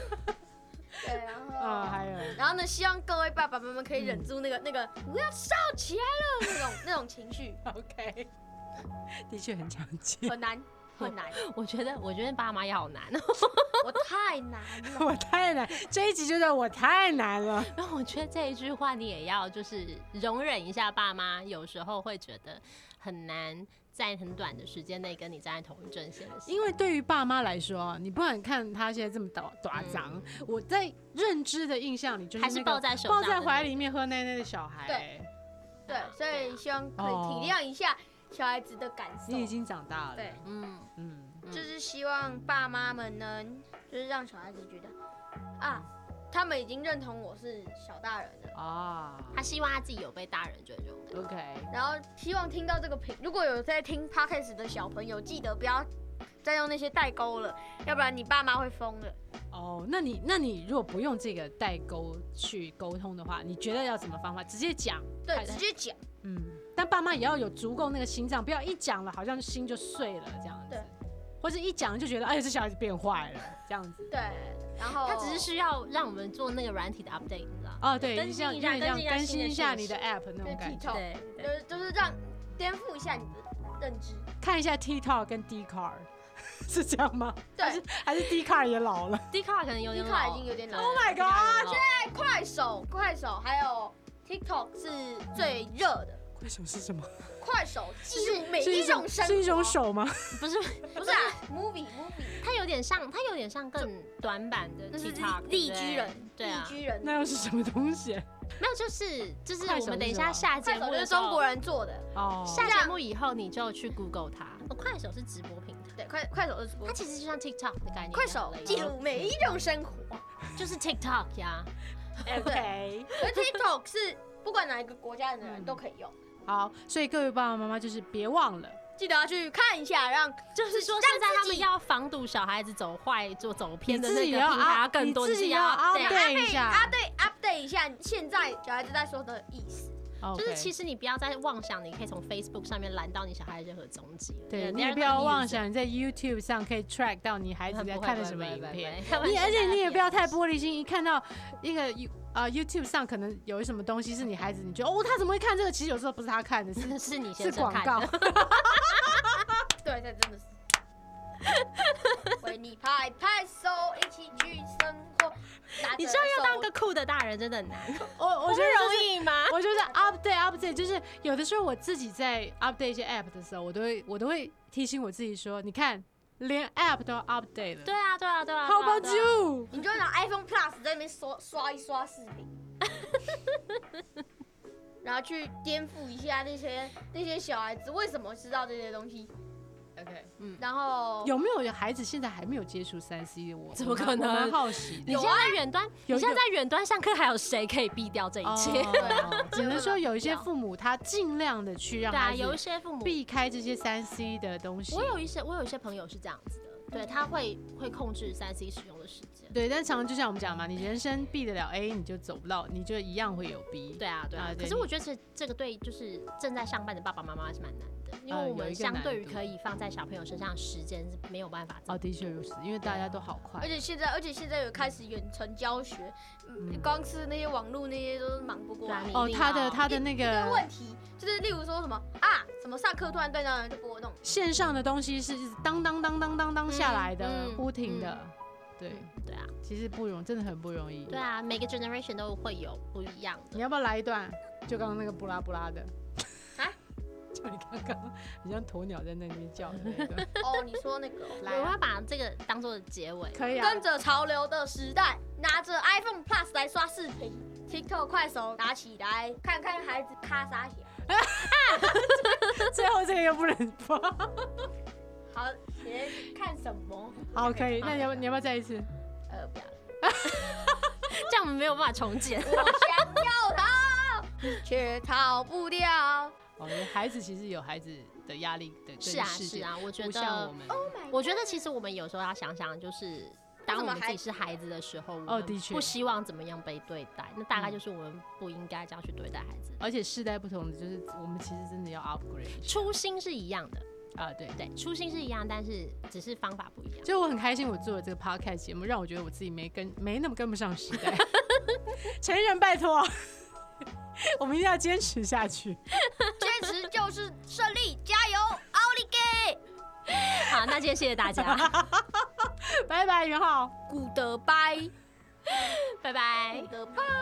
S2: 对，然
S1: 啊、
S2: 后
S1: 还有
S2: 然后呢，希望各位爸爸妈妈可以忍住那个那个我要烧起来了那种那种情绪，
S1: OK，的确很常见，
S2: 很难很难，
S3: 我觉得，我觉得爸妈也好难 哦。
S2: 我太难了。
S1: 我太难，这一集就是我太难了。
S3: 然后我觉得这一句话你也要就是容忍一下爸妈，有时候会觉得很难在很短的时间内跟你站在同一阵线的时候。
S1: 因为对于爸妈来说，你不管看他现在这么短短长、我在认知的印象里嗯就是、那个、
S3: 还是抱在手上
S1: 抱
S3: 的
S1: 在怀里面喝奶奶的小孩。
S2: 对对，所以希望可以
S1: 哦
S2: 体谅一下小孩子的感受
S1: 你。已经长大了。
S2: 对，，
S3: 嗯，
S1: 嗯，
S3: 嗯
S2: 就是希望爸妈们能就是让小孩子觉得啊，他们已经认同我是小大人了。
S1: 啊
S3: 他希望他自己有被大人尊重的。
S1: ，OK，
S2: 然后希望听到这个频，如果有在听 podcast 的小朋友，记得不要再用那些代沟了，要不然你爸妈会疯的。
S1: 哦，那你那你如果不用这个代沟去沟通的话，你觉得要怎么方法？直接讲，
S2: 对，
S1: 太
S2: 直接讲。
S1: 嗯，但爸妈也要有足够那个心脏，不要一讲了好像心就碎了这样子
S2: 对，
S1: 或者一讲就觉得哎呀这小孩子变坏了这样子。
S2: 对，然后
S3: 他只是需要让我们做那个软体的 update，你知道吗？
S1: 哦，对，
S3: 更
S1: 就
S3: 新
S1: 像
S3: 一
S1: 有
S3: 下
S1: 点像
S3: 更新
S1: 更新
S3: 一下新的
S1: 一下
S3: 讯
S1: 你的 app 那种感觉，
S2: TikTok，就，是就是让颠覆一下你的认知。
S1: 看一下 TikTok 跟 d c a r 是这样吗？还
S2: 对
S1: 是，还是 D 卡也老了？
S3: d c a r 可能有点
S2: 迪
S3: 老，
S2: 卡已经有点老。
S1: Oh my god，
S3: god！
S2: 在快手，快手还有 TikTok 是最热的。
S1: 快手是什么？
S2: 快手记录每
S1: 是一
S2: 种生活，
S1: 是一种手吗？
S3: 不是，
S2: 不是啊，movie movie，
S3: 它有点像，它有点像更短版的
S2: 那是
S3: TikTok，
S2: 立
S3: 对不对
S2: 居人，
S3: 对啊
S2: 立，居人，
S1: 那又是什么东西？
S3: 没有，就是就是
S1: 快手
S3: 我们等一
S1: 是什
S3: 下
S1: 么
S3: 下节
S2: 快手
S3: 目
S2: 就
S3: 的
S2: 是
S3: 时候
S2: 中国人做的，
S1: 哦，
S3: 下节目以后你就去 Google 它。哦，快手是直播平台，
S2: 对，快快手是直播
S3: 它，其实就像 TikTok 的概念一样类似，
S2: 快手记录每一种生 活。
S3: 就是 TikTok 呀。
S2: 哎，对，可是 TikTok 是不管哪一个国家的人
S1: 嗯
S2: 都可以用，
S1: 好，所以各位爸爸妈妈就是别忘了，
S2: 记得要去看一下，让
S3: 就是说，现在他们要防堵小孩子走坏、做走偏的
S1: 你自
S3: 那
S1: 己
S3: 个
S1: 要
S3: 平台，
S1: 啊
S3: 要更多，
S1: 你
S3: 就
S1: 自己
S3: 是
S1: 要啊
S3: 对啊
S1: 对看一下
S2: update update 一下现在小孩子在说的意思。
S3: 就是其
S1: 实
S3: 实你不要再妄想，你可以从 Facebook 上面拦到你小孩任何踪迹了。
S1: 对
S3: They're
S1: 你也
S3: not
S1: 不要
S3: user
S1: 妄想你在 YouTube 上可以 track 到你孩子
S3: 很
S1: 在
S3: 不会
S1: 看的
S3: 不会
S1: 什么
S3: 不会
S1: 影
S3: 不会
S1: 片，
S3: 不会
S1: 你而且你也不要太
S3: 不
S1: 玻璃心，一看到那个 You 啊、YouTube 上可能有什么东西是你孩子，你觉得哦他怎么会看这个？其实有时候不是他看 的，是
S3: 会 是你
S1: 是
S3: 先生
S1: 广
S3: 看
S1: 告
S3: 的。。
S2: 对，这真的是。为你拍拍手，一起去生活。拿 着
S3: 你知道要当
S2: 手
S3: 个酷的大人真的很难，
S1: 我 我觉得就是
S3: 易吗？
S1: 我就是 update update，就是有的时候我自己在 update 一些 app 的时候，我都会我都会提醒我自己说，你看连 app 都 update 了，
S3: 对啊，对啊，对啊。
S1: ，How
S3: 对啊
S1: about you？
S2: 你就拿 iPhone Plus 在那边刷刷一刷视 频，然后去颠覆一下那些那些小孩子为什么知道这些东西。
S1: OK，嗯，
S2: 然后
S1: 有没有孩子现在还没有接触三 C？我
S3: 哦怎么可能
S1: 我蛮好奇的
S3: 你。现在在啊远端，
S1: 有
S3: 你现在在远端上课，还有谁可以避掉这一切？
S1: 哦 只能说有一些父母他尽量的去让
S3: 对啊，
S1: 孩
S3: 有一
S1: 子
S3: 些父母，
S1: 避开这些三 C 的东西
S3: 我。有一些我有一些朋友是这样子的，对他会会控制三 C 使用的时间。
S1: 对，但常常就像我们讲嘛，你人生避得了 A，你就走不到，你就一样会有 B。
S3: 对啊，对啊
S1: 啊。
S3: 可
S1: 对
S3: 是我觉得这这个对就是正在上班的爸爸妈妈是蛮难的，因
S1: 呃
S3: 为我
S1: 有
S3: 们
S1: 一个
S3: 相对于
S1: 难度
S3: 可以放在小朋友身上的时间是没有办法这
S1: 哦，
S3: 么
S1: 的确如此，因为大家都好
S2: 而
S1: 快。
S2: 且现在而且现在有开始远程教学，嗯，
S1: 嗯
S2: 光是那些网络那些都是忙不过来
S3: 对。啊
S1: 哦，他的他的那个
S2: 问题就是例如说什么啊，什么上课突然断掉了就拨弄，
S1: 线上的东西是一直当当当当当当下来的，
S3: 嗯嗯
S1: 不停的。对，
S3: 对啊，
S1: 其实不容，真的很不容易。
S3: 对啊，每个 generation 都会有不一样
S1: 你
S3: 的。
S1: 要不要来一段？就刚刚那个布拉布拉的。
S2: 啊？
S1: 就你刚刚你像鸵鸟在那里面叫的那 个。
S2: 哦，你说那 个哦
S1: 来啊
S3: 我要把这个当做结尾。
S1: 可以啊。
S2: 跟着潮流的时代，拿着 iPhone Plus 来刷视频，TikTok 快手拿起来，看看孩子咔撒起来。
S1: 最后这个又不能播。
S2: 好，你在看什么？
S1: 好，可以。那你要不你要不要再一次？
S2: 呃，不要了，
S3: 这样我们没有办法重 建。
S2: 我想要逃，却逃不掉。
S1: 哦，孩子其实有孩子的压力的跟
S3: 是啊，
S1: 世
S3: 是
S1: 界，
S3: 啊，我觉
S1: 不像我
S3: 得，哦
S1: 们。
S2: Oh my，
S3: 我觉得其实我们有时候要想想，就是当我们自己是孩子的时候，我们
S1: 哦的确
S3: 不希望怎么样被对待，那大概
S1: 嗯
S3: 就是我们不应该这样去对待孩子。
S1: 而且世代不同的，就是我们其实真的要 upgrade
S3: 初心是一样的，
S1: 啊，对。
S3: 对，初心是一样，但是只是方法不一样。
S1: 所以我很开心，我做了这个 podcast 节目，让我觉得我自己没跟 没那么跟不上时 代。成人拜托， 我们一定要坚持下去。
S2: 坚持就是胜利，加油，奥利给
S3: 好，那今天谢谢大家，
S1: 拜拜，元浩。
S2: ，Goodbye，Goodbye
S3: 拜拜。。
S2: Goodbye